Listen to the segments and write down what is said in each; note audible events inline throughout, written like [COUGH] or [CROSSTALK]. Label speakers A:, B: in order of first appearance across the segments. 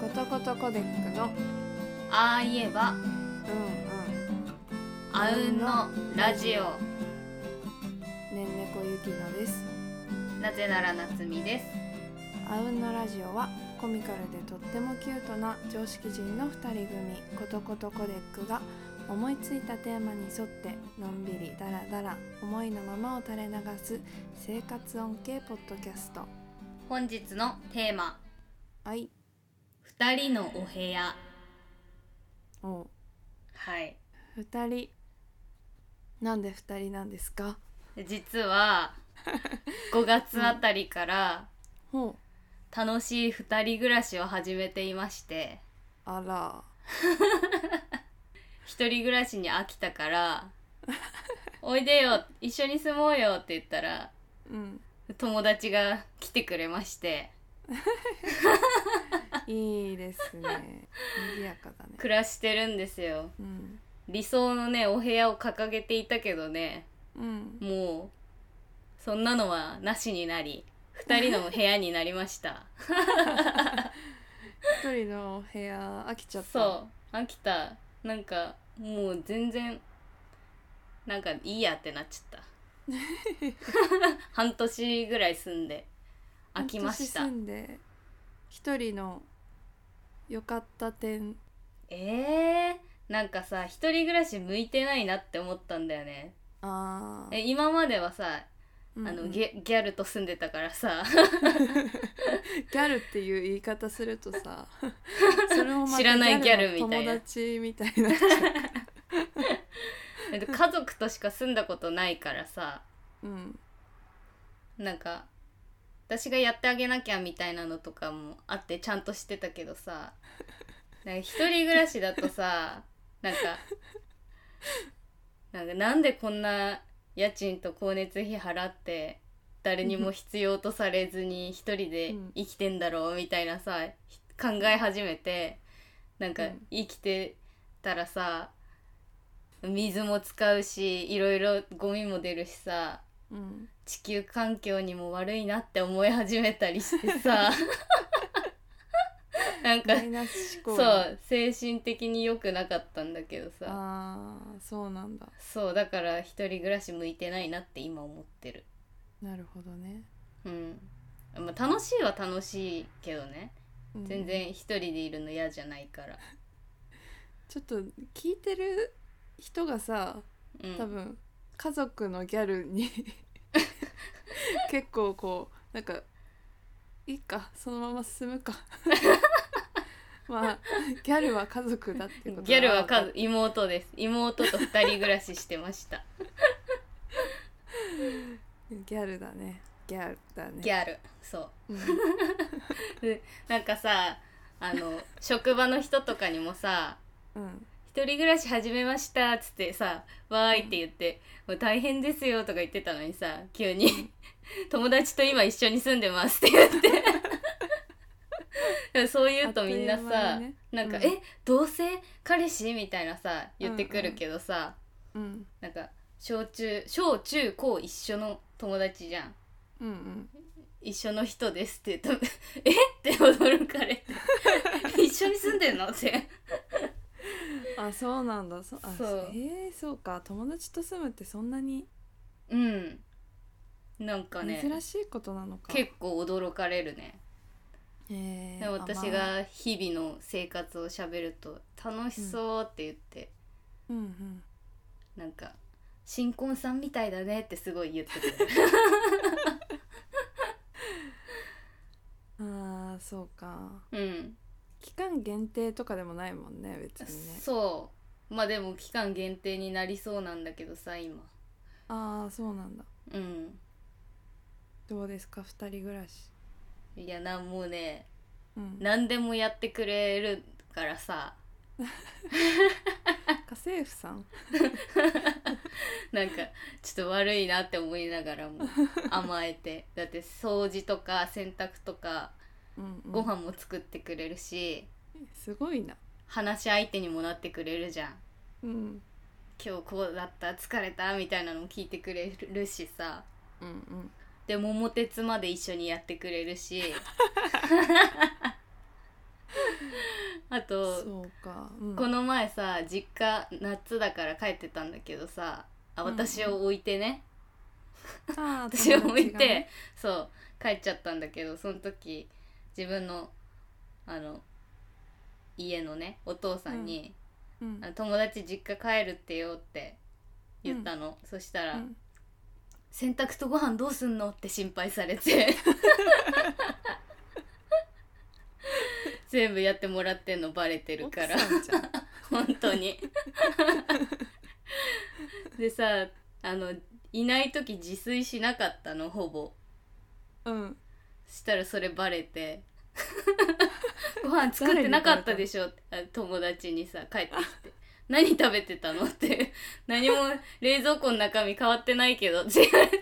A: コデックの
B: ああ言えば
A: うん
B: あうんのラジオ
A: うんねんねこゆきのです
B: なぜならなつみです
A: あうんのラジオはコミカルでとってもキュートな常識人の2人組ことことコデックが思いついたテーマに沿ってのんびりダラダラ思いのままを垂れ流す生活音系ポッドキャスト
B: 本日のテーマ
A: はい
B: 二人のお部屋
A: お
B: はい
A: 2人なんで2人なんですか
B: 実 [LAUGHS] は5月あたりから
A: ほう
B: 楽しい二人暮らしを始めていまして
A: あら
B: 一人暮らしに飽きた [LAUGHS] から「おいでよ一緒に住もうよ」って言ったら
A: うん
B: 友達が来てくれまして
A: いいですね。賑やかだね。
B: 暮らしてるんですよ
A: うん。
B: 理想のねお部屋を掲げていたけどね
A: うん。
B: もうそんなのはなしになり2人の部屋になりました
A: 一人のお部屋飽き [LAUGHS] ちゃった。
B: そう飽きたなんかもう全然なんかいいやってなっちゃった
A: [LAUGHS]
B: 半年ぐらい住んで飽きました
A: 半年住んで一人の良かった点。
B: えー、なんかさ一人暮らし向いてないなって思ったんだよね
A: ああ。
B: え今まではさ
A: う
B: あ
A: んうん、
B: の、
A: ギ
B: ギャギャルと住んでたか
A: [LAUGHS]
B: らさ
A: ャルっていう言い方すると
B: [LAUGHS]
A: さ、それもまた
B: 知らないギャルみたい
A: ギ
B: な
A: ャルの友達みたいになっちゃう。
B: [LAUGHS] えっと家族としか住んだことないからさ
A: うん。
B: なんか私がやってあげなきゃみたいなのとかもあってちゃんとしてたけどさなんか一人暮らしだとさなんかなんかなんでこんな家賃と光熱費払って誰にも必要とされずに一人で生きてんだろうみたいなさひ考え始めてなんか
A: うん
B: 生きてたらさ水も使うしいろいろゴミも出るしさ
A: うん。
B: 地球環境にも悪いなって思い始めたりし
A: [LAUGHS]
B: てさなんか
A: マイナス思
B: そ
A: 考。。
B: う精神的に良くなかったんだけどさ
A: ああ、そうなんだ。
B: そうだから一人暮らし向いてないなって今思ってる
A: なるほどね。
B: うん、まあ、楽しいは楽しいけどね
A: うん
B: 全然一人でいるの嫌じゃないから、
A: ちょっと聞いてる人がさ
B: うん、
A: 多分家族のギャル
B: [LAUGHS]
A: に結構こうなんかいいかそのまま進
B: [LAUGHS]
A: むかまあギャルは家族だっていうこと
B: ギャルは
A: 家
B: 数妹です妹と二人暮らしして
A: [LAUGHS]
B: ました
A: ギャルだねギャルだね
B: ギャルそう
A: うん
B: なんかさあの職場の人とかにもさ
A: うん
B: 「一人暮らし始めました」っつってさ「わーい」って言って「もう大変ですよ」とか言ってたのにさ急に「 [LAUGHS] 友達と今一緒に住んでます」って言ってでも [LAUGHS] そう言うとみんな
A: あっ
B: さ、
A: という間にね
B: なんか「
A: うん
B: え同性彼氏?」みたいなさ言ってくるけどさ、
A: うん
B: なんか小中小中高一緒の友達じゃん。
A: うんうん
B: 一緒の人ですって [LAUGHS] 言うと「えっ?」て驚かれ
A: [LAUGHS]
B: て「一緒に住んでんの?」って
A: あそうなんだそあ
B: そう
A: えー、そうか友達と住むってそんなに
B: うんなんかね
A: 珍しいことなのか、
B: 結構驚かれるね
A: えー
B: でも私、
A: あまあ
B: が日々の生活をしゃべると「楽しそう」って言って、
A: うんうん
B: なんか「新婚さんみたいだね」ってすごい言ってくる
A: ああそうか [LAUGHS]
B: うん、
A: 期間限定とかでもないもんね別にね
B: そうまあでも期間限定になりそうなんだけどさ今
A: ああそうなんだ
B: うん
A: どうですか二人暮らし
B: いやなんもうね
A: うん
B: 何でもやってくれるからさ
A: 家政婦さん
B: なんかちょっと悪いなって思いな
A: [LAUGHS]
B: がらも甘えてだって掃除とか洗濯とか
A: うん、うん、
B: ご飯も作ってくれるし、
A: すごいな
B: 話し相手にもなってくれるじゃん
A: うん
B: 今日こうだった疲れたみたいなのも聞いてくれるしさ
A: うんうん
B: で桃
A: [LAUGHS]
B: 鉄まで一緒にやってくれるしあと
A: そうか、うん
B: この前さ実家夏だから帰ってたんだけどさあ
A: うん
B: 私を置いてね、
A: あー
B: 私を
A: 友
B: 置い
A: 達
B: て、
A: がね
B: そう帰っちゃったんだけどその時自分のあの家のねお父さんに、
A: うん
B: あの友達実家帰るってよって言ったの、そしたら、
A: うん
B: 洗濯とご飯どうすんのって心配されて全部やってもらってんのバレてるから
A: 奥さんじゃん
B: 本当にでさあのいない時自炊しなかったのほぼ
A: うん
B: したらそれバレ
A: [LAUGHS]
B: てご飯作ってなかったでしょってあ友達にさ帰ってきて「何食べてたの?」って「何も冷蔵庫の中身変わってないけど」って言われて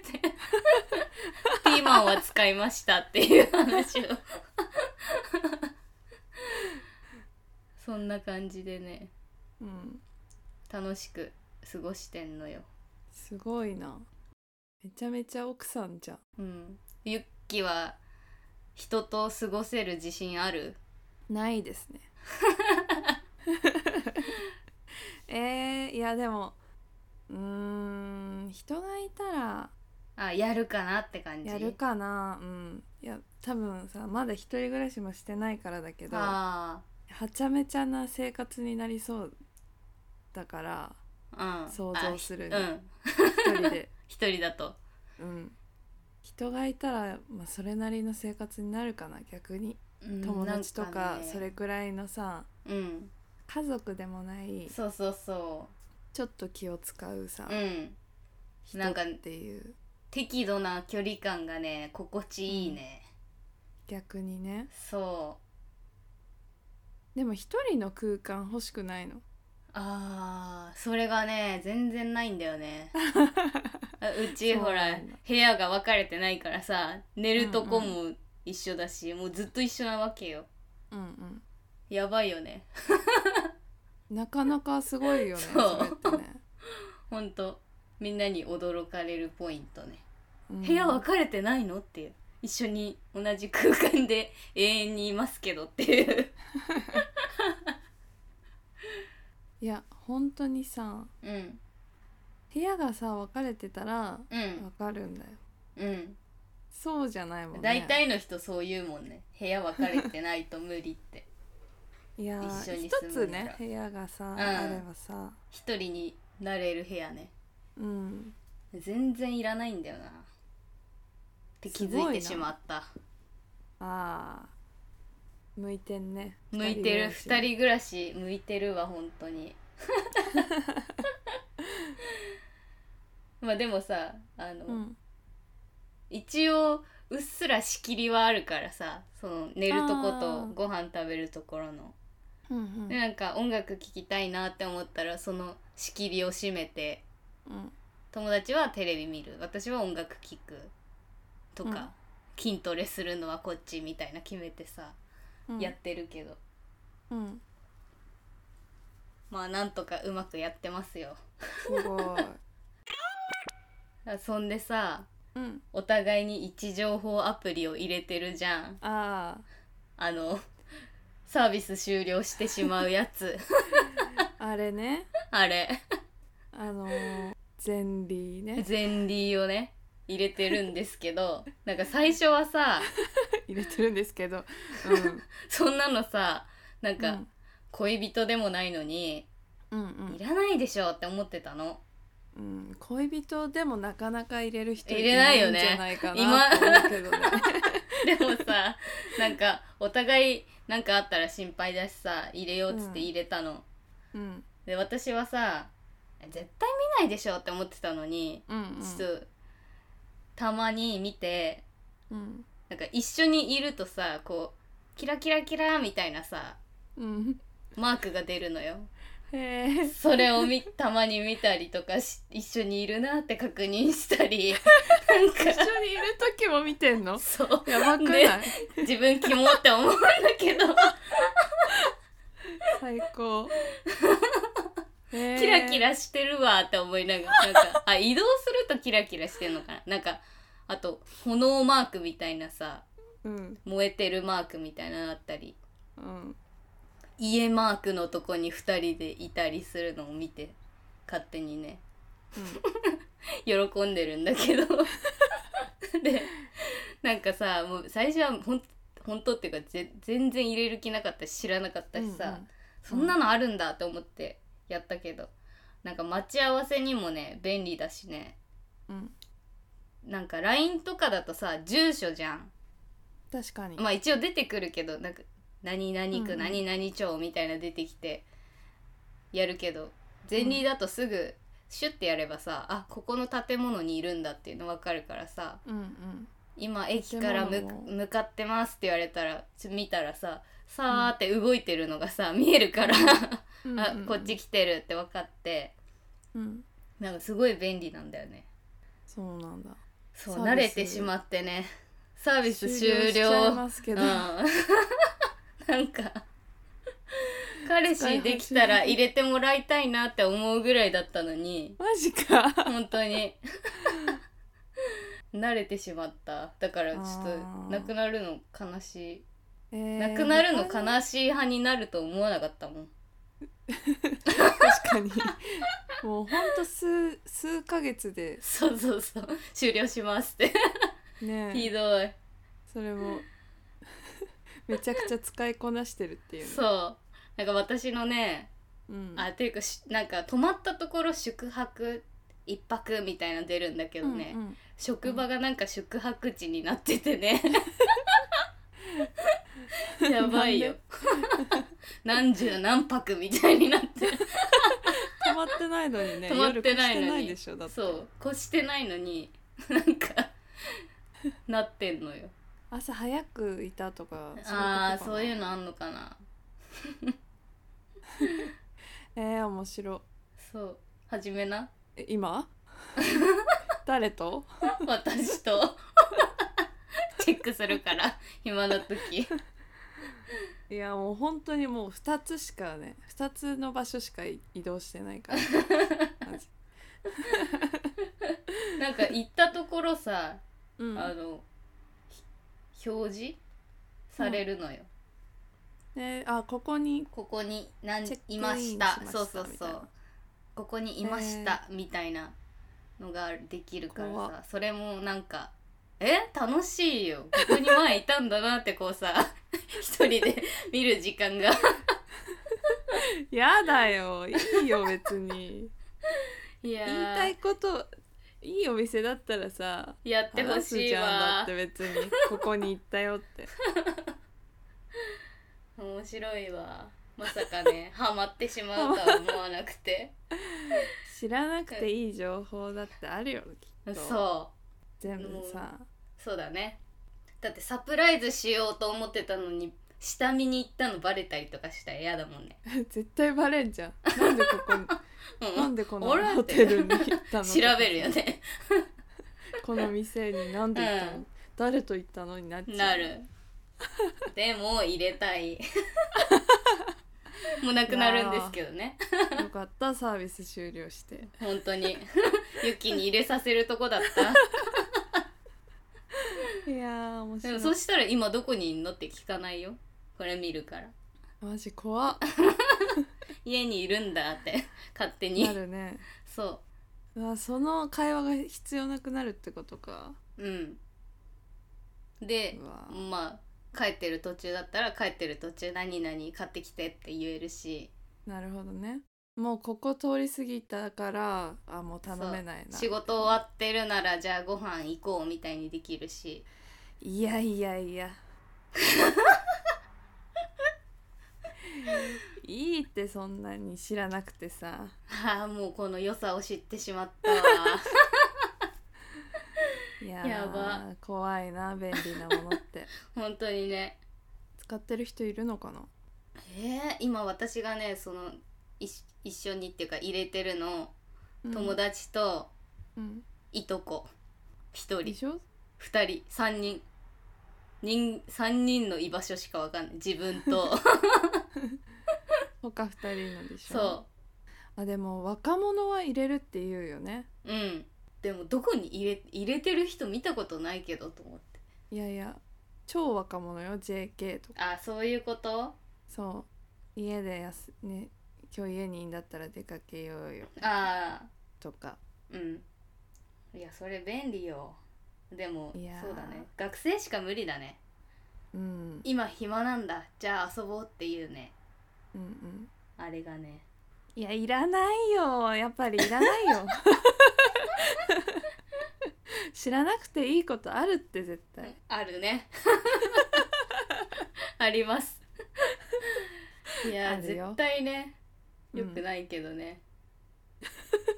B: 「ピーマンは使いました」っていう話をそんな感じでね
A: うん
B: 楽しく過ごしてんのよ。
A: すごいなめちゃめちゃ奥さんじゃん
B: うん、ユッキは人と過ごせる自信ある
A: ないです
B: [LAUGHS]
A: ねえー、いやでもうーん人がいたら
B: あやるかなって感じ
A: やるかなうんいや多分さまだ一人暮らしもしてないからだけどは
B: あ
A: ちゃめちゃな生活になりそうだから
B: あ、うん、
A: 想像する
B: あ
A: ね
B: うん
A: 一人
B: [LAUGHS]
A: で
B: 一人だと
A: うん人がいたら、まあ、それなりの生活になるかな逆に
B: うん
A: 友達と
B: な
A: か
B: んね
A: それくらいのさ
B: うん
A: 家族でもない
B: そうそうそ
A: ちょっと気を使うさ
B: ううん
A: 人
B: なんか
A: っていう
B: 適度な距離感がね心地いいね、
A: 逆にね
B: そう
A: でも一人の空間欲しくないの
B: あーそれがね全然ないんだ
A: [LAUGHS]
B: よねあうち
A: そう
B: ほ
A: な
B: ら
A: んだ
B: 部屋が分かれてないからさ寝るとこも一緒だし、もうずっと一緒なわけよ
A: うんうん
B: やばいよね
A: なかなかすごいよね
B: そ
A: そうれってね、
B: ほんとみんなに驚かれるポイントね
A: うん
B: 部屋分かれてないのっていう一緒に同じ空間で永遠にいますけどっていう
A: いや本当にさ
B: うん
A: 部屋がさ分かれてたら
B: う
A: 分
B: ん
A: かるんだよ
B: うん
A: そうじゃないもんね
B: 大体の人そう言うもんね部屋分かれてないと無理って
A: いや
B: 一緒
A: ー
B: に
A: 一
B: 住む
A: つ
B: んだ
A: ね部屋がさ、
B: ん
A: あればさ
B: 一人になれる部屋ね
A: うん
B: 全然いらないんだよなって
A: す
B: 気
A: ご
B: づ
A: い
B: いて
A: な
B: しまった
A: あー向いてんね
B: 向いてる二
A: 二
B: 人暮らし向いてるわ本当 [LAUGHS] にまあでもさあの、
A: うん
B: 一応うっすら仕切りはあるからさその寝るとこ
A: あ
B: と
A: ー
B: ご飯食べるところの、
A: うん
B: でなんか音楽聴きたいなって思ったらその仕切りを閉めて
A: うん
B: 友達はテレビ見る私は音楽聴くとか、
A: うん
B: 筋トレするのはこっちみたいな決めてさ、
A: うん
B: やってるけど
A: うん
B: まあなんとかうまくやってますよ
A: すごい
B: そんでさ
A: うん
B: お互いに位置情報アプリを入れてるじゃん
A: あ
B: あのサービス終了してしまうやつ [LAUGHS]
A: ーあれね
B: あれ
A: あのー、前理ね
B: 前輪をね入れてるんですけ
A: [LAUGHS]
B: どなんか最初はさ
A: 入れてるんですけどうん
B: そんなのさなん
A: う
B: か
A: ん
B: 恋人でもないのに、
A: うん
B: いらないでしょって思ってたの [LAUGHS]
A: うん、うん、恋人でもなかなか入れる人
B: 入れないよね
A: んじゃないかなと思うけどね
B: でもさなんかお互いなんかあったら心配だしさ入れようっつって入れたの、
A: うん
B: で私はさ絶対見ないでしょって思ってたのに、
A: うんうん
B: ちょっとたまに見て
A: うん
B: なんか一緒にいるとさこうキラキラキラみたいなさ
A: うん
B: マークが出るのよ
A: へえ
B: それをみたまに見たりとかし一緒にいるなって確認したり [LAUGHS] なん
A: 一
B: か
A: 緒にいる時も見てんの
B: そう
A: やばくない
B: で自分キモって思うんだけど、
A: 最高へえ
B: キラキラしてるわって思いながらなんかあ移動するとキラキラしてんのかななんかあと炎マークみたいなさ
A: うん
B: 燃えてるマークみたいなのあったり
A: うん
B: 家マークのとこに2人でいたりするのを見て勝手にね喜んでるんだけど [LAUGHS] でなんかさもう最初はほん本当っていうかぜ全然入れる気なかったし知らなかったしさ、
A: うんうん
B: そんなのあるんだと思ってやったけどなんか待ち合わせにもね便利だしね
A: うん、うん、
B: なんか LINE とかだとさ住所じゃん
A: 確かに、
B: まあ一応出てくるけどなんか何々
A: う
B: 区
A: ん
B: 何々町みたいな出てきてやるけど前例だとすぐシュッてやればさ、あここの建物にいるんだっていうの分かるからさ
A: うんうん
B: 今駅から
A: 建
B: む
A: 物も
B: 向かってますって言われたらちょ見たらささーって動いてるのがさ見えるから
A: うんうん
B: [LAUGHS] あこっち来てるって分かって
A: うん
B: なんかすごい便利なんだよね
A: そうなんだ
B: そう
A: サービス
B: 慣れてしまってねサービス終了
A: しちゃいますけど、
B: うん、 [LAUGHS] なんか彼氏できたら入れてもらいたいなって思うぐらいだったのに
A: マジか
B: 本当に [LAUGHS] 慣れてしまっただからちょっ
A: あー
B: となくなるの悲し
A: え
B: い
A: ー
B: なくなるの悲しい派になると思わなかったもん
A: 確かにもうほんと数数ヶ月で
B: そうそうそう終了しますってひ
A: ね
B: どい
A: それもめちゃくちゃ使いこなしてるっていうね
B: そうなんか私のね
A: うん、
B: あていうかしなんか泊まったところ宿泊一泊みたいなの出るんだけどね、
A: うんうん
B: 職場がなんか宿泊地になっててね [LAUGHS] やばいよ何十何泊みたいになって
A: 止まってないのにね
B: 泊まってな
A: 夜越して
B: いの
A: ない
B: に
A: でしょだって
B: そう越してないのになんかなってんのよ
A: 朝早くいたとか
B: ああーそういう
A: の
B: のあんのかな
A: えー、面白い
B: そう始めな [LAUGHS]
A: え今誰と
B: 私と [LAUGHS] チェックするから暇な時
A: いやもう本当にもう2つしかね2つの場所しか移動してない
B: [LAUGHS]
A: からマジ
B: なんか行ったところさ
A: うん
B: あのひ表示されるのよ、
A: ねあここに
B: ここに何
A: チェックイン
B: いました
A: しました
B: そうそう
A: み
B: そ
A: たいうな
B: ここにいました、みたいなのができるから
A: 怖っ
B: さそれもなんかえ楽しいよここに前いたんだなってこうさ [LAUGHS] 一人で見る時間が
A: やだよいいよ別に
B: [LAUGHS] いや
A: 言い
B: ー
A: たいこといいお店だったらさ
B: やってほ
A: 話す
B: しい
A: じゃんだ
B: わ
A: って別にここに行ったよって
B: 面白いわまさか [LAUGHS] ねハマってしまうとは思わなくて
A: 知らなくていい情報だってあるよきっと
B: そう
A: 全部さ
B: そうだねだってサプライズしようと思ってたのに下見に行ったのバレたりとかしたら嫌だもんね、
A: 絶対バレんじゃんなんでここに
B: [LAUGHS] うん、
A: なんでこの
B: 俺だって
A: ホテルに行ったの
B: 調べるよね
A: この店になんで行ったの、
B: うん
A: 誰と行ったのになっちゃう
B: なるでも入れたいもうなくなるんですけどね
A: よかったサービス終了して
B: 本当にユキに入れさせるとこだっ
A: いやー面白
B: たで
A: い
B: もそしたら今どこにいんのって聞かないよこれ見るから
A: マジ怖っ
B: 家にいるんだって勝手
A: な
B: に
A: るね
B: そう
A: わその会話が必要なくなるってことか
B: ううんで
A: うわ
B: まあ帰ってる途中だったら帰ってる途中何々買ってきてって言えるし
A: なるほどねもうここ通り過ぎたからあもう頼めないな
B: 仕事終わってるならじゃあご飯行こうみたいにできるし [LAUGHS]
A: いやいやいやいいってそんなに知らなくてさ
B: ああもうこの良さを知ってしまったわ
A: いやー
B: やば
A: 怖いな便利なものって
B: [LAUGHS] 本当にね
A: 使ってる人いるのかな
B: えー、今私がねそのい一緒にっていうか入れてるの友、達と
A: うん
B: いとこ1
A: うん、で
B: 人
A: しょ
B: 2人3人人3人の居場所しかわかんない自分と
A: 他二人のでしょ
B: そう
A: あでも若者は入れるって言うよね
B: ううんでもどこに入れ入れてる人見たことないけどと思って
A: いやいや超若者よ JK とか
B: あそういうこと
A: そ家でやす、ね、今日家にいんだったら出かけようよ
B: ああ
A: とか
B: うんいやそれ便利よでも
A: いやー
B: そうだね学生しか無理だね
A: うん
B: 今暇なんだじゃあ遊ぼうっていうね
A: うんうん
B: あれがね
A: いやいらないよやっぱりいらないよ [LAUGHS] 知らなくていいことあるって絶対
B: ある [LAUGHS] ねありますいや
A: あ
B: ー
A: る
B: 絶
A: よ
B: 対ねよく
A: い、
B: ないけど [LAUGHS] ね、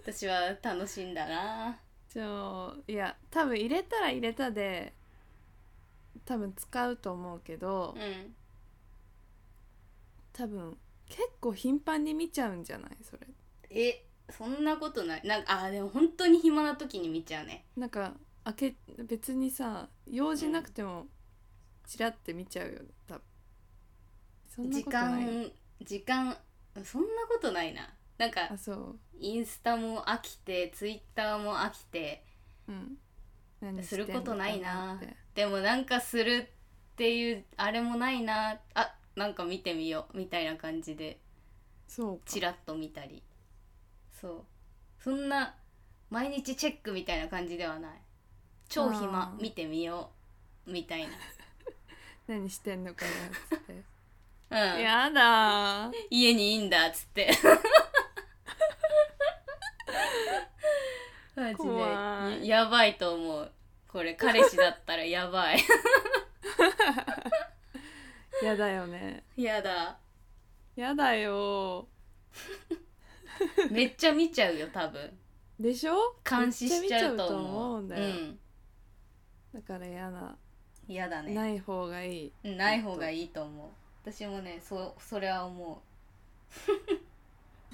B: 私は楽しんだな
A: うんそういや多分入れたら入れたで多分使うと思うけど、
B: うん
A: 多分結構頻繁に見ちゃうんじゃないそれ
B: えそんなことないなんかあーでも本当に暇な時に見ちゃうね
A: なんか開け別にさ用事なくてもチラって見ちゃうよね多分そんな
B: 時
A: ことない
B: 間時間そんなことないななんか
A: あそう
B: インスタも飽きてツイッターも飽きて
A: うん何
B: することないな
A: してんのかって
B: でもなんかするっていうあれもないなあなんか見てみようみたいな感じで
A: そう
B: チ
A: か
B: ラッと見たりそうそんな毎日チェックみたいな感じではない超
A: あ
B: 暇
A: ー
B: 見てみようみ
A: [LAUGHS]
B: たい
A: 何してんのかなっつ
B: [LAUGHS]
A: って
B: な、うん、
A: やだー
B: 家にいいんだっつって
A: [LAUGHS]
B: マジ
A: 怖
B: でややばいと思うこ
A: [LAUGHS]
B: れ彼氏だったらやばい
A: やだよね
B: やだ
A: やだよ
B: めっちゃ見ちゃうよ多分
A: ーでしょ
B: 監視しちゃ
A: めっちゃ見
B: うと
A: ちゃうと思
B: 思う
A: うんだよ、だからやだ、
B: うん、やだねな
A: ない方がいい
B: ない方がいいと思う私もねそそれは思う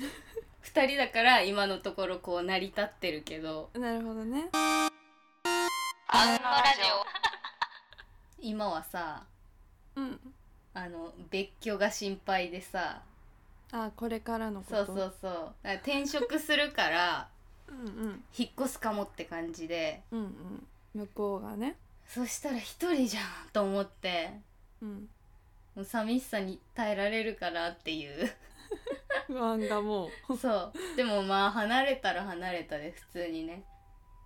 B: [LAUGHS] 二人だから今のところこう成り立ってるけど
A: なるほどね
B: 今はさ
A: うん
B: あの別居が心配でさ
A: あこれからのこ
B: そ
A: と
B: うそうそうだから転職するから [LAUGHS]
A: うんうん
B: 引っ越すかもって感じで
A: うんうん向こうがね
B: そしたら一人じゃんと思って
A: うん
B: もう寂しさに耐えられるかなっていう
A: [LAUGHS] 不安がもう
B: そうでもまあ離れたら離れたで普通にね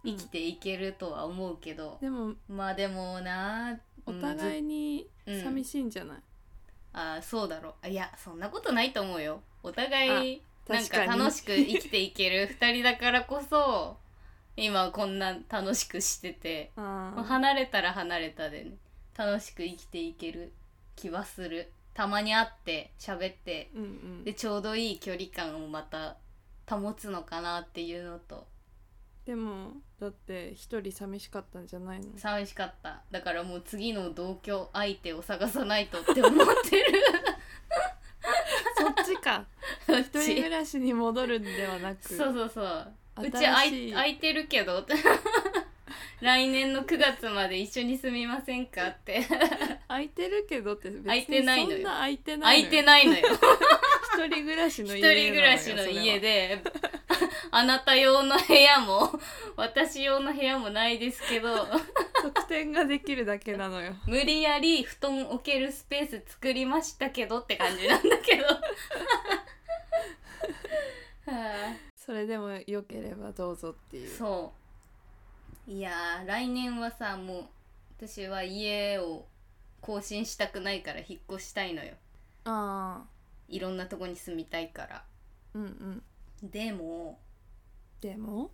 A: うん
B: 生きていけるとは思うけど、
A: でも
B: まあでもな
A: お
B: い、
A: 互いに
B: うん
A: 寂しいんじゃない、
B: あーそうだろうあいやそんなことないと思うよお互いなんか
A: 確かに
B: 楽しく生きてい
A: [LAUGHS]
B: ける二人だからこそ今こんな楽しくしてて
A: あ
B: まあ
A: あ
B: 離れたら離れたでね楽しく生きていける気はするたまに会って喋って
A: うんうん
B: でちょうどいい距離感をまた保つのかなっていうのと
A: でもだって一人寂しかったんじゃないの
B: 寂しかっただからもう次の同居相手を探さないとって思っ
A: [LAUGHS]
B: てる
A: そっち
B: [LAUGHS]
A: か
B: う
A: 一人暮らしに戻るんではなく
B: そうそうそううち
A: 新
B: 空
A: し
B: い
A: い
B: 空いて [LAUGHS] るけど来年の9月まで一緒に住みませんかって
A: 空いてるけどって別
B: 空いてないのよ
A: そんな空いてな
B: [LAUGHS] 空
A: い
B: い
A: の
B: て
A: よ
B: ないのよ
A: 一人暮らしの
B: [LAUGHS] 一
A: 家
B: 人暮らしの
A: で
B: 家であなた用の部屋も [LAUGHS] 私用の部屋もないですけ [LAUGHS] ど
A: 得点ができるだけなのよ
B: 無理やり布団置けるスペース作りましたけどって感じなんだけど [LAUGHS] はあ
A: それでも良ければどうぞっていう
B: そういやー来年はさもう私は家を更新したくないから引っ越したいのよ
A: ああ
B: いろんなとこに住みたいから
A: うんうん
B: でも
A: でも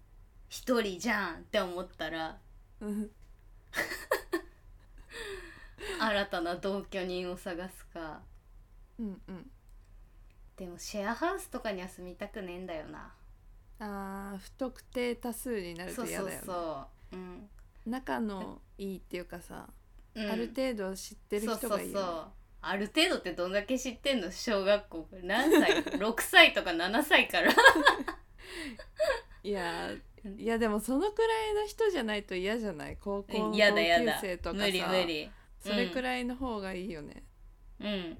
B: 一人じゃんって思ったら
A: うん
B: 新たな同居人を探すか
A: うんうん
B: でもシェアハウスとかには住みたくねえんだよな
A: あー不特定多数になる
B: そ
A: と
B: う
A: 嫌だ
B: そ
A: よ
B: う
A: ね
B: そううん、
A: 仲のいいっていうかさ、
B: うん、
A: ある程度知ってる人がいいよね、
B: そうそうそうある程度ってどんだけ知ってんの小学校何
A: [LAUGHS]
B: 歳6歳とか7歳から
A: いや
B: うん
A: ーいやでもそのくらいの人じゃないと嫌じゃない高校の同級
B: やだやだ
A: 生とかさ
B: 無理無理
A: それくらいの方がいいよね、
B: うん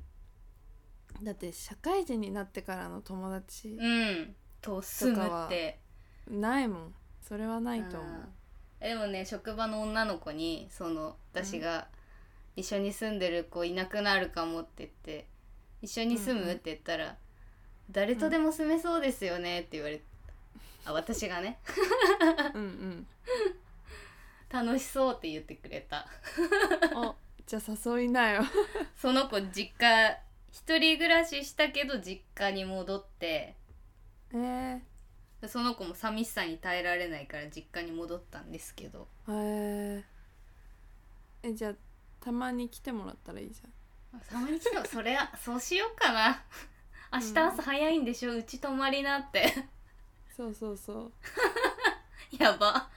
A: だって社会人になってからの友達
B: うんと住むって
A: ないもんそれはないと思
B: うんでもね職場の女の子にその私が一緒に住んでる子いなくなるかもって言って一緒に住
A: うん
B: む?」
A: うん
B: って言ったら、誰とでも住めそうですよね」って言われて、
A: [LAUGHS]
B: あ私がね
A: うんうん
B: 「楽しそう」って言ってくれた [LAUGHS]
A: おじゃあ誘いなよ
B: その子実家一人暮らししたけど実家に戻って
A: えー、
B: その子も寂しさに耐えられないから実家に戻ったんですけど
A: へーえじゃあたまに来てもらったらいいじ
B: たまに来てもそれは [LAUGHS] そうしようかな明日朝早いんでしょうち泊まりなって
A: ゃ
B: [LAUGHS]
A: んそうそうそう
B: やば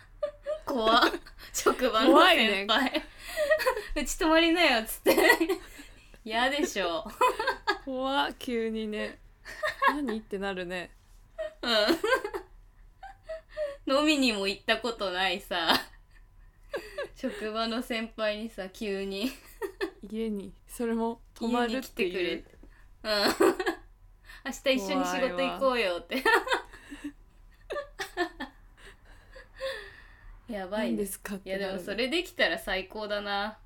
B: 怖職場の
A: 怖いね
B: 先輩、 [LAUGHS] うち泊まりなよっつって [LAUGHS] 嫌でしょ
A: 怖っ急に
B: [LAUGHS]
A: ね何ってなるね
B: うん飲みにも行ったことないさ職場の先輩にさ急に
A: 家にそれも泊まる
B: 家に
A: っ
B: 来
A: て
B: てくれ
A: いう
B: うん明日一緒に仕事行こうよって [LAUGHS] やばい
A: 何
B: ね
A: ですかっ
B: い
A: て
B: や
A: なる
B: でもそれできたら最高だな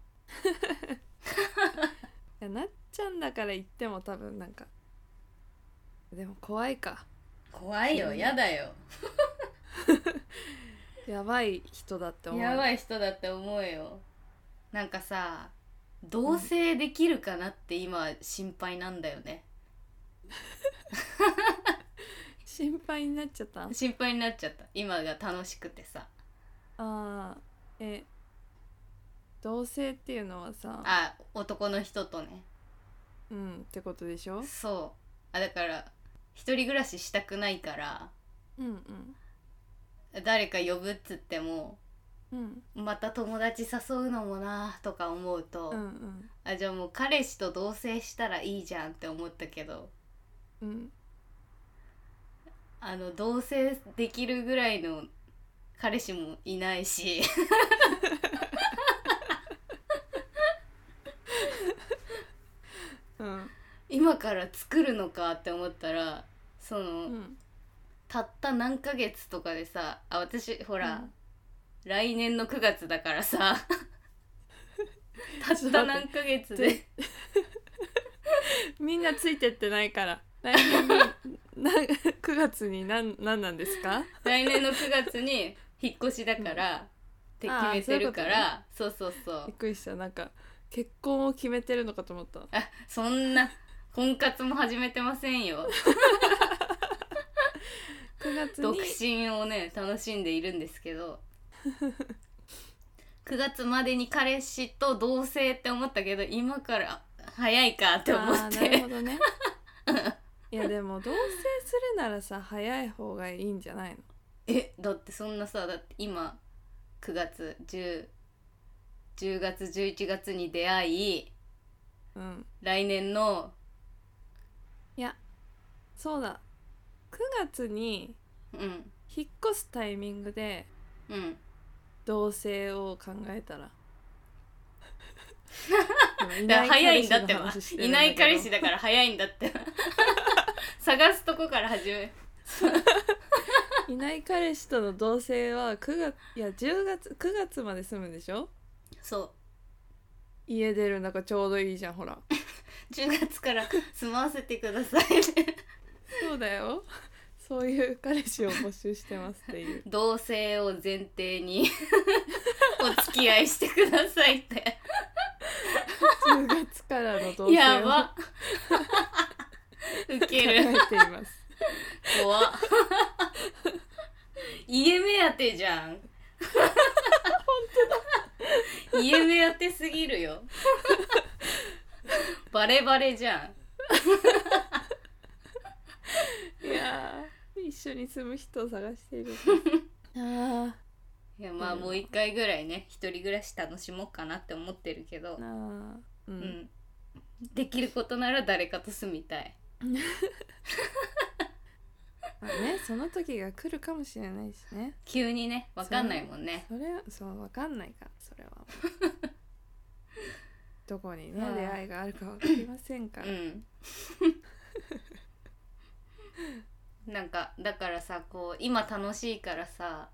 B: い
A: やなっちゃんだから行っても多分なんかでも怖いか
B: 怖いよ
A: うん
B: やだよ
A: やばい人だって思う
B: やば
A: い
B: い人だって思うよなんかさ同棲できるかなって今心配なんだよね、
A: 心配になっちゃったあ
B: 心配になっちゃった今が楽しくてさ
A: あーえ同棲っていうのはさ
B: あ男の人とね
A: うんってことでしょ
B: そうあだから一人暮らししたくないから
A: うんうん
B: 誰か呼ぶっつっても
A: うん
B: また友達誘うのもなとか思うと、
A: うんうん
B: あじゃあもう彼氏と同棲したらいいじゃんって思ったけど
A: うん
B: あの同棲できるぐらいの彼氏もいないし [LAUGHS]
A: うん
B: 今から作るのかって思ったらその、
A: うん
B: たった何ヶ月とかでさあ私ほ
A: う
B: ら、
A: ん
B: 来年の9月だから [LAUGHS] さたった何ヶ月で
A: みんなついてってないから来年
B: [LAUGHS]
A: にな9月に何何なんですか
B: 来年の9月に引っ越しだから、って決めてるからそうそうそう
A: びっくりしたなんか結婚を決めてるのかと思った
B: あそんな婚活も始めてませんよ
A: 9月
B: 独
A: に
B: 身をね楽しんでいるんですけど [LAUGHS] 9月までに彼氏と同棲って思ったけど今から早いかって思
A: あーな
B: っ
A: る
B: て
A: ほどね [LAUGHS] いやでも同棲するならさ早い方がいいんじゃないの
B: [LAUGHS] えだってそんなさだって今9月1010月11月に出会い
A: うん
B: 来年の
A: いやそうだ9月に
B: うん
A: 引っ越すタイミングで
B: うん
A: 同棲を考えた
B: [LAUGHS]
A: らでも
B: だから早いんだって
A: 彼
B: ば
A: 氏の話してる
B: い
A: ん
B: な
A: だけ
B: い
A: ど
B: 彼氏だから早いんだって [LAUGHS] 探すとこから始め
A: いない彼氏との同棲は9月いや10月9月まで住むんでしょ
B: そう
A: 家出る中ちょうどいいじゃんほら
B: 10月から住まわせてください [LAUGHS] ね
A: そうだよそういう彼氏を募集してますって
B: [LAUGHS]
A: いう
B: 同棲を前提に [LAUGHS] お付き合いしてくださいって
A: 10月からの同棲を [LAUGHS]
B: やばウ
A: 考
B: ケ
A: え
B: る
A: ています
B: 怖っ家目当てじゃん本当だ家目当てすぎるよバレバレじゃん
A: いやー一緒に住む人を探して
B: [LAUGHS]
A: いるあ
B: いやまあ
A: うん
B: もう一回ぐらいね一人暮らし楽しもうかなって思ってるけど
A: ー、なあう、
B: うんん、できることなら誰かと住みたい
A: まあねその時が来るかもしれないしね
B: 急にねわかんないもんね
A: それはそう分かんないからそれは
B: [LAUGHS]
A: どこにね
B: あー
A: 出会いがあるか分かりませんから、
B: うん [LAUGHS] なんかだからさこう今楽しいからさ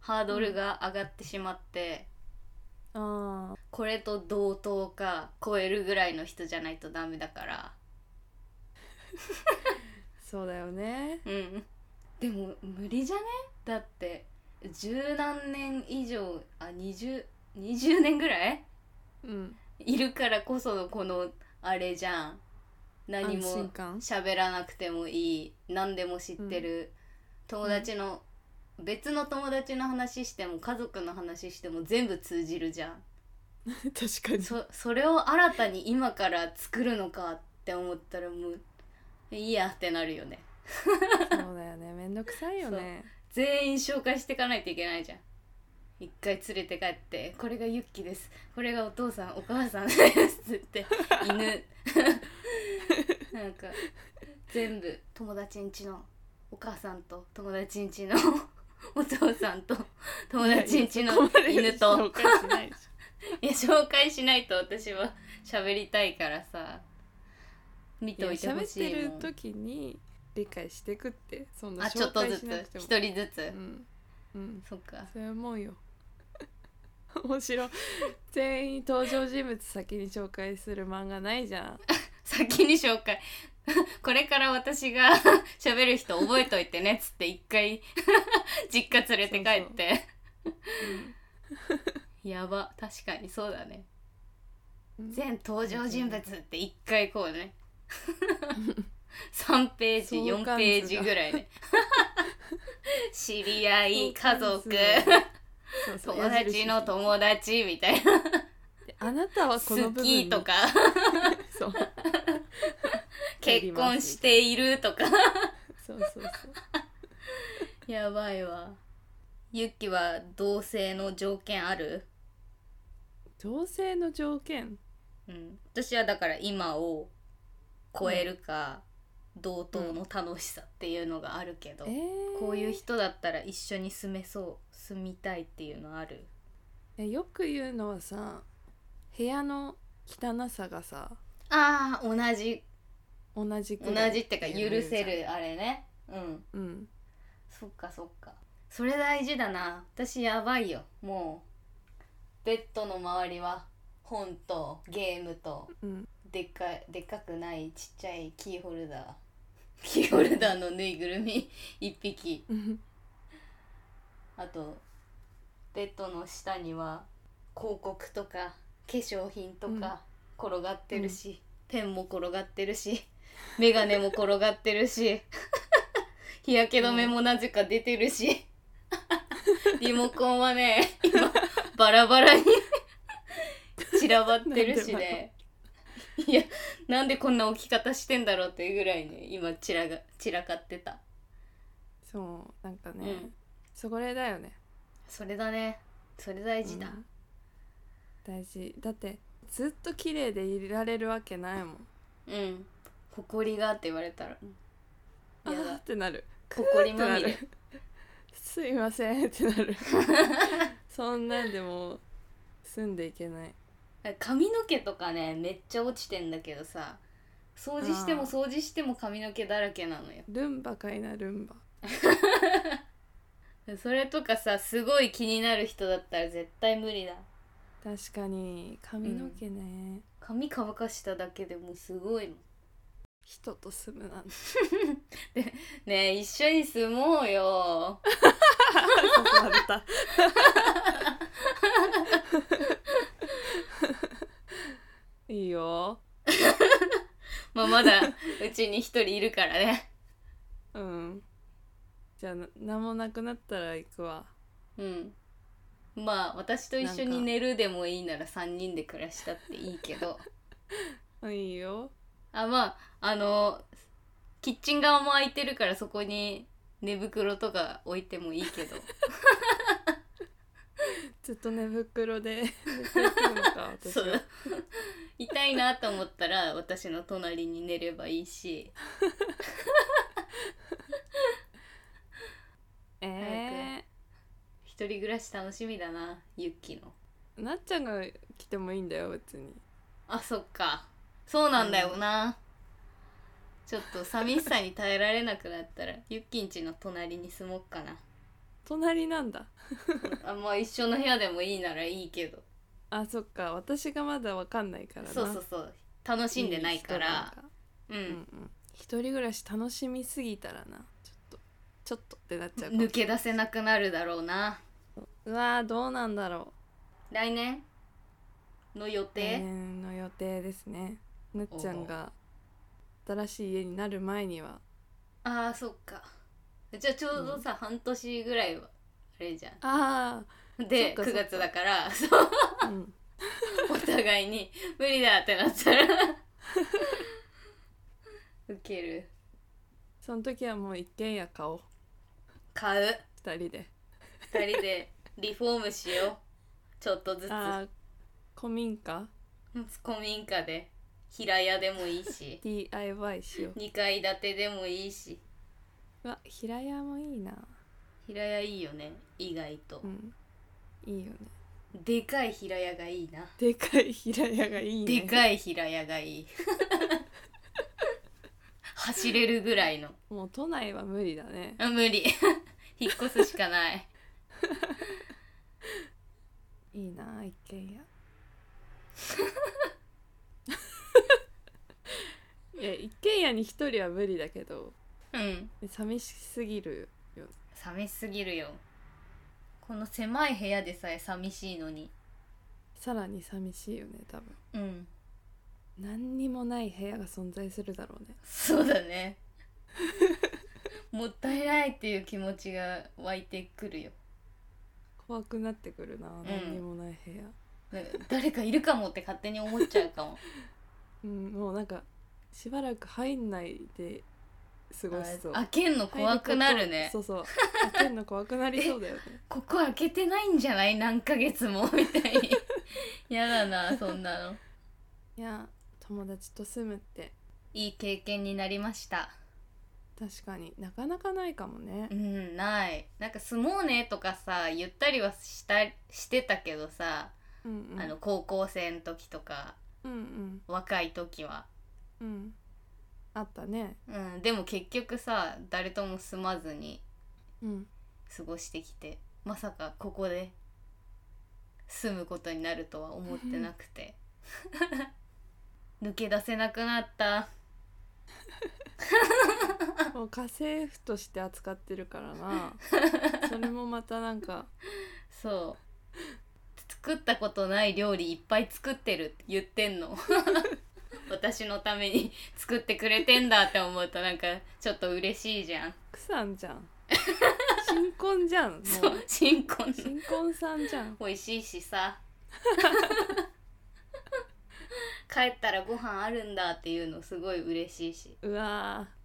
B: ハードルが上がってしまって、
A: ああ
B: これと同等か超えるぐらいの人じゃないとダメだから
A: そうだよね
B: うんでも無理じゃねだって十何年以上あ二十二十年ぐらい
A: うん
B: いるからこそのこのあれじゃん何
A: 安
B: も
A: 心感 [LAUGHS]
B: 喋らなくてもいい何でも知ってる、友達の、別の友達の話しても家族の話しても全部通じるじゃん
A: 確
B: [LAUGHS]
A: かに
B: そそれを新たに今から作るのかって思ったらもういいやってなるよね
A: そうだよねめんどくさいよね
B: 全員紹介していかないといけないじゃん一回連れて帰って「これがユッキですこれがお父さんお母さんです」って犬なんか全部友達ん家のお母さんと友達ん家のお父さんと友達ん家
A: いやい
B: の
A: やそこまで
B: 犬
A: 紹
B: と
A: 介しないでし
B: いや紹介しないと私は喋りたいからさ見
A: ょ
B: てお [LAUGHS] いてほ
A: 喋っ
B: しい
A: てる
B: もん
A: 時に理解してくってそんな
B: あちょ
A: 紹
B: っと
A: 介
B: ず
A: しなく
B: つ
A: て
B: 一
A: も
B: 人ずつ、
A: うんうん
B: そっか
A: そういうもんよ [LAUGHS] 面白い全員登場人物先に紹介する漫画ないじゃん
B: 先に紹介 [LAUGHS] これから私が [LAUGHS] 喋る人覚えといてねっつって一回 [LAUGHS] 実家連れて帰って [LAUGHS] やば確かにそうだね
A: うん
B: 全登場人物って一回こうね [LAUGHS] 3ページ
A: 相関図だ
B: 4ページぐらいね [LAUGHS] 知り合い家
A: 相関
B: 族
A: 図そうそう
B: [LAUGHS] 友達の
A: 矢印
B: 友達みたいな
A: あなたはこの
B: 好
A: 部分
B: き
A: に
B: とか
A: [LAUGHS] そう
B: 結婚しているとか
A: そうそうそう
B: やばいわユッキは同性の条件ある
A: 同性の条件
B: うん、私はだから今を超えるか、同等の楽しさっていうのがあるけど、
A: えー
B: こういう人だったら一緒に住めそう住みたいっていうのある
A: えよく言うのはさ部屋の汚さがさ
B: あー同じ
A: 同じ
B: 同
A: くらい
B: じってか許せるあれねうん
A: うん
B: そっかそっかそれ大事だな私やばいよもうベッドの周りは本とゲームと
A: うん [LAUGHS]
B: でっかいでっかくないちっちゃいキーホルダーキーホルダーのぬいぐるみ一匹
A: うん
B: あとベッドの下には広告とか化粧品とか転がってるし、ペンも転がってるし [LAUGHS] 眼鏡も転がってるし [LAUGHS] 日焼け止めもなぜか出てるし [LAUGHS] リモコンはね今バラバラ [LAUGHS] に散らばってるしね。いやなんでこんな置き方してんだろうっていうぐらいね今散らが散らかってた
A: そうなんかね、
B: うん
A: そこれだよね
B: それだねそれ大事だ、
A: うん大事だってずっと綺麗でいられるわけないもん
B: うん。ほこりがって言われたら。
A: あ
B: や
A: ーっ
B: だ。
A: てなる
B: ほこりまみれ。
A: [LAUGHS] すいませんってなる [LAUGHS] そんなんでもう住んでいけない
B: 髪の毛とかね、めっちゃ落ちてんだけどさ。掃除しても
A: あー
B: 掃除しても髪の毛だらけなのよ。
A: ルンバかいなルンバ
B: それとかさ、すごい気になる人だったら絶対無理だ。
A: 確かに髪の毛ね、
B: 髪乾かしただけでもうすごいもん。
A: 人と住むなんて
B: ねえ、一緒に住もうよ。
A: 誘われたいいよ
B: まあ、まだうちに一人いるからね。
A: うんじゃあな何もなくなったら行くわ
B: うん。まあ、私と一緒に寝るでもいいなら3人で暮らしたっていいけど。
A: うんいいよ
B: あまああのキッチン側も空いてるからそこに寝袋とか置いてもいいけど
A: ずっと寝袋で寝ていくのか私
B: [LAUGHS] そ
A: は
B: う痛いなと思ったら私の隣に寝ればいいし
A: え
B: 一人暮らし楽しみだなユッキーの
A: ー、なっちゃんが来てもいいんだよ別に
B: あそっかそうなんだよな、ちょっと寂しさに耐えられなくなったらユッキーんちの隣に住もうかな
A: 隣なんだ
B: あまあ一緒の部屋でもいいならいいけど
A: あそっか私がまだわかんないからな
B: そうそうそう楽しんでないから
A: 人なの
B: う
A: うんん一人暮らし楽しみすぎたらなちょっとちょっとってなっちゃうかも
B: 抜け出せなくなるだろうな
A: うわーどうなんだろ
B: 来年の予
A: う
B: 定、
A: 来年の予定ですねむっちゃんが新しい家になる前には
B: ああそっかじゃあちょうどさ、半年ぐらいはあれじゃん
A: あ
B: で
A: そっかそ
B: 9
A: っか
B: 月だから [LAUGHS] そう
A: あ、うん、
B: お互いに「無理だ」ってなったら [LAUGHS] ウケる
A: その時はもう一軒家買おう
B: 買う
A: 二人で
B: 2人でリフォームしようちょっとずつ
A: ああ古民家
B: 古民家で平屋でもい
A: [LAUGHS]
B: いし
A: DIY しよう
B: 2階建てでもいいし
A: うわ平屋もいいな
B: 平屋いいよね意外と
A: う、んいいよね
B: でかい平屋がいいな
A: でかい平屋がいいね
B: でかい平屋
A: [LAUGHS]
B: がいい走れるぐらいの
A: もう都内は無理だね
B: あ無理 [LAUGHS] 引っ越すしかない
A: いいな一 [LAUGHS] 軒家いや一軒家に一人は無理だけど
B: うん
A: 寂しすぎるよ
B: 寂しすぎるよこの狭い部屋でさえ寂しいのに
A: さらに寂しいよね多分
B: うん
A: 何にもない部屋が存在するだろうね
B: そうだねもったいないっていう気持ちが湧いてくるよ
A: 怖くなってくるな、何にもない部屋
B: なんか誰かいるかもって勝手に思っちゃうかも
A: うんもうなんかしばらく入んないで過ごしそう
B: あ開けんの怖くなるね
A: そうそう開けんの怖くなりそうだよね [LAUGHS]
B: ここ開けてないんじゃない何ヶ月もみたい
A: [LAUGHS]
B: にやだなそんなの
A: いや友達と住むって
B: いい経験になりました
A: 確かになかなかないかもね
B: うんないなんか住もうねとかさ言ったりはしたしてたけどさ、
A: うんうん
B: あの高校生の時とか
A: うんうん
B: 若い時は
A: うんあったね
B: うんでも結局さ誰とも住まずに
A: うん
B: 過ごしてきてまさかここで住むことになるとは思ってなく
A: [LAUGHS]
B: て [LAUGHS] 抜け出せなくなった
A: もう家政婦として扱ってるから
B: [LAUGHS]
A: なそれもまたなんか
B: そう作ったことない料理いっぱい作ってるって言ってん [LAUGHS] の私のために作ってくれてんだって思うとなんかちょっと嬉しいじゃん
A: 奥さんじゃ
B: [LAUGHS]
A: ん新婚じゃんもう
B: そう新婚の
A: 新婚さんじゃん
B: 美味しいしさ [LAUGHS] 帰ったらご飯あるんだっていうのすごい嬉しいし
A: うわー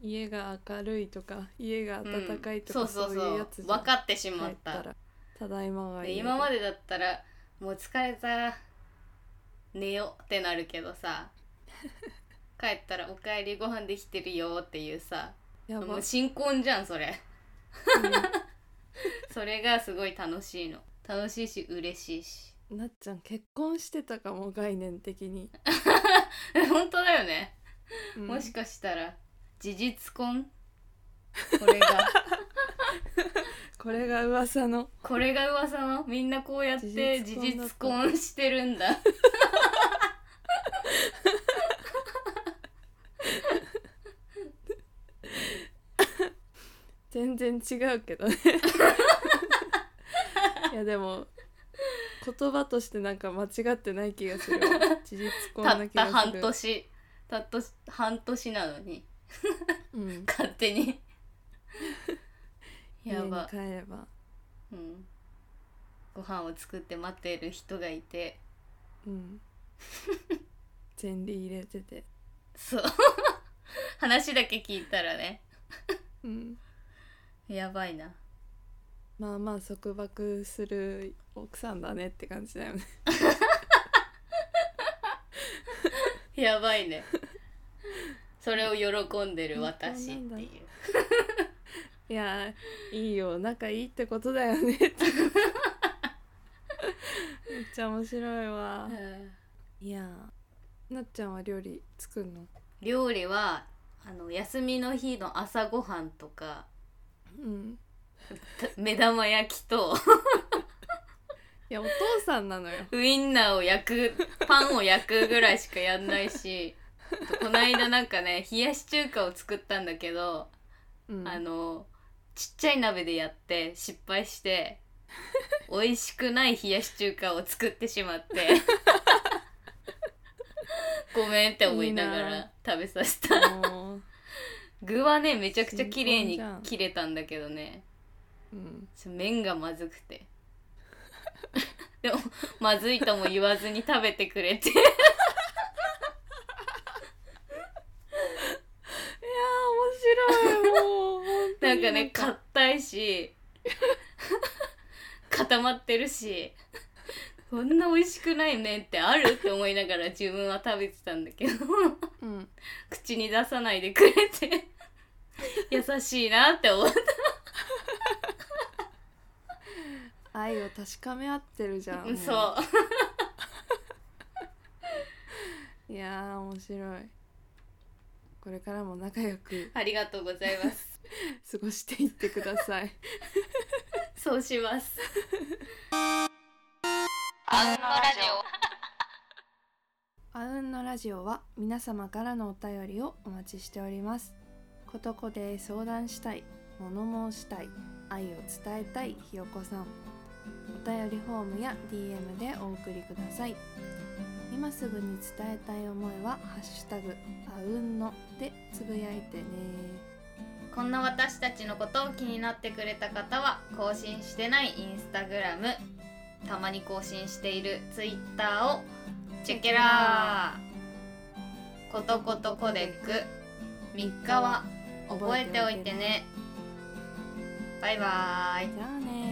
A: 家が明るいとか家が暖かいとか、
B: うん、そうそうそう
A: いうやつじゃん
B: 分かってしま
A: 帰
B: っ
A: った
B: た
A: らただいまが
B: で
A: いい
B: 今までだったらもう疲れた寝ようってなるけ
A: [LAUGHS]
B: どさ帰ったら「おかえりご飯できてるよ」っていうさ
A: やば
B: もう
A: い
B: 新婚じゃんそれそれがすごい楽しいの楽しいし嬉しいし [LAUGHS]
A: なっちゃん結婚してたかも概念的に、
B: 本当だよね
A: うん
B: もしかしたら事実婚これが
A: [LAUGHS] これが噂の
B: これが噂のみんなこうやって事
A: 事実婚
B: 実
A: だった
B: 婚してるんだ
A: 全然違うけ
B: [LAUGHS]
A: どねいやでも言葉としてなんか間違ってない気がするわ事実婚
B: た
A: な
B: っ
A: 気
B: た
A: がす
B: 半
A: る
B: 年たっと半年なのに
A: うん、
B: 勝手に
A: [LAUGHS] 家
B: や
A: に
B: ば
A: 帰、れば、
B: うん、ご飯を作って待ってる人がいて
A: うん、全理入れてて、
B: そう [LAUGHS] 話だけ聞いたらね
A: うん、
B: やばいな
A: まあまあ束縛する奥さんだねって感じだよね
B: やばいねそれを喜んでる私って
A: 本当なん
B: い
A: だ
B: う
A: いやいいよ仲いいってことだよねってめっちゃ面白いわ
B: うん
A: いやなっちゃんは料理作るの
B: 料理はあの休みの日の朝ごはんとか [LAUGHS]
A: うん
B: た目玉焼きと
A: いやお父さんなのよ
B: ウインナーを焼くパンを焼くぐらいしかやんないしこの間なんかね冷やし中華を作ったんだけど、
A: うん
B: あのちっちゃい鍋でやって失敗して美味しくない冷やし中華を作ってしまってごめんって思いなが
A: いい
B: ら
A: な
B: 食べさせた
A: もう
B: 具はねめちゃくちゃ綺
A: 新
B: 麗
A: 婚
B: に
A: じゃん
B: 切れたんだけどね
A: うん
B: ちょ麺がまずくてでもまずいとも言わずに食べてくれて
A: いやー面白いもう本当
B: な
A: に
B: んかね硬い [LAUGHS] し固まってるしこんな美味しくない麺ってあるって思いながら自分は食べてたんだけど
A: うん
B: 口に出さないでくれ [LAUGHS] て優しいなって思った
A: 愛を確かめ合ってるじゃんもう
B: そう
A: いやー面白いこれからも仲良く
B: ありがとうございます
A: 過ごしていってください
B: そうします。あのラジ
A: [LAUGHS]
B: オ。
A: あうんのラジオは皆様からのお便りをお待ちしておりますことこで相談したい物申したい愛を伝えたいひよこさんお便りフォームや DM でお送りください今すぐに伝えたい思いは「ハッシュタグあうんの」でつぶやいてね
B: こんな私たちのことを気になってくれた方は更新してないインスタグラムたまに更新しているツイッターをチェケラーことことコデック3日は覚えておいてねバイバーイ
A: じゃあね